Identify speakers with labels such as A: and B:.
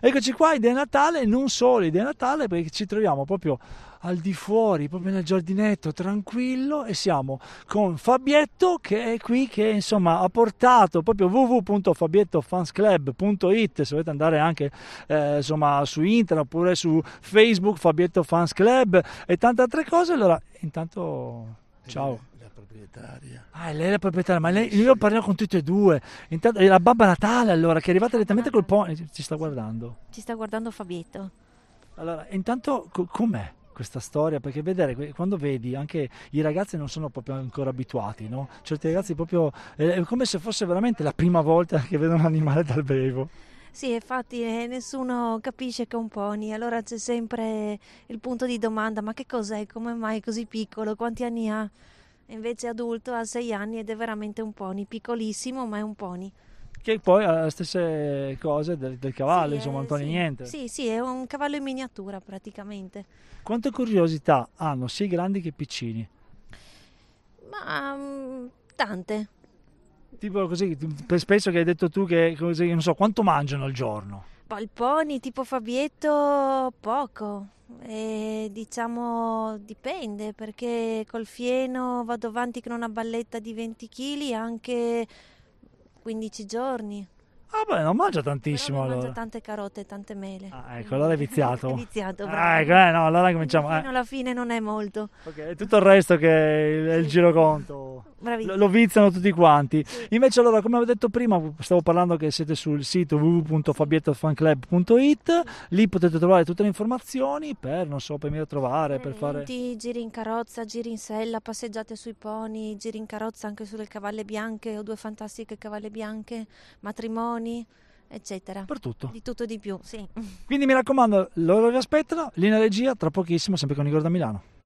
A: Eccoci qua, Idea Natale, non solo Idea Natale, perché ci troviamo proprio al di fuori, proprio nel giardinetto tranquillo e siamo con Fabietto che è qui, che insomma ha portato proprio www.fabiettofansclub.it, se volete andare anche eh, insomma su internet oppure su Facebook Fabietto Fans Club e tante altre cose. Allora, intanto ciao.
B: La proprietaria.
A: Ah, lei è la proprietaria, ma lei, io parliamo con tutti e due. Intanto, è la Babba Natale, allora, che è arrivata direttamente col po. Ci sta guardando.
C: Ci sta guardando Fabietto.
A: Allora, intanto, co- com'è questa storia? Perché vedere, que- quando vedi, anche i ragazzi non sono proprio ancora abituati, no? Certi ragazzi proprio... eh, è come se fosse veramente la prima volta che vedono un animale dal bevo.
C: Sì, infatti eh, nessuno capisce che è un pony, allora c'è sempre il punto di domanda, ma che cos'è? Come mai è così piccolo? Quanti anni ha? E Invece è adulto ha sei anni ed è veramente un pony, piccolissimo ma è un pony.
A: Che poi ha le stesse cose del, del cavallo,
C: Sì,
A: insomma,
C: eh,
A: non toglie
C: sì.
A: niente.
C: Sì, sì, è un cavallo in miniatura praticamente.
A: Quante curiosità hanno sia i grandi che i piccini?
C: Ma mm, tante.
A: Tipo così, per spesso che hai detto tu che così, non so quanto mangiano al giorno.
C: Poi il pony tipo Fabietto poco. E diciamo dipende perché col fieno vado avanti con una balletta di 20 kg anche 15 giorni.
A: Ah beh, non mangia
C: Però
A: tantissimo
C: non
A: allora.
C: mangio tante carote e tante mele.
A: Ah, ecco, allora è viziato.
C: È viziato,
A: Ah,
C: bravo.
A: ecco, eh, no, allora cominciamo.
C: Fino
A: Eh.
C: alla fine non è molto.
A: Ok, è tutto il resto che è il, è il
C: Sì.
A: giroconto.
C: Bravissimo.
A: Lo, lo viziano tutti quanti. Invece, allora, come avevo detto prima, stavo parlando che siete sul sito www.fabiettofanclub.it, lì potete trovare tutte le informazioni per, non so, per venire a trovare, per fare...
C: Eventi, giri in carrozza, giri in sella, passeggiate sui pony, giri in carrozza anche sulle cavalle bianche, ho due fantastiche cavalle bianche, matrimoni, eccetera.
A: Per tutto.
C: Di tutto e di più, sì.
A: Quindi mi raccomando, loro vi aspettano, linea regia, tra pochissimo, sempre con Igor da Milano.